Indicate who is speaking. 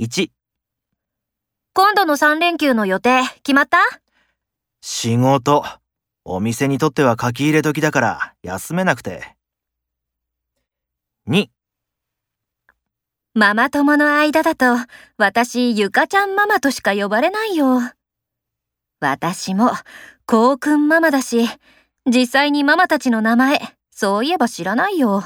Speaker 1: 1、
Speaker 2: 今度の3連休の予定、決まった
Speaker 1: 仕事。お店にとっては書き入れ時だから休めなくて。2、
Speaker 2: ママ友の間だと、私、ゆかちゃんママとしか呼ばれないよ。私も、こうくんママだし、実際にママたちの名前、そういえば知らないよ。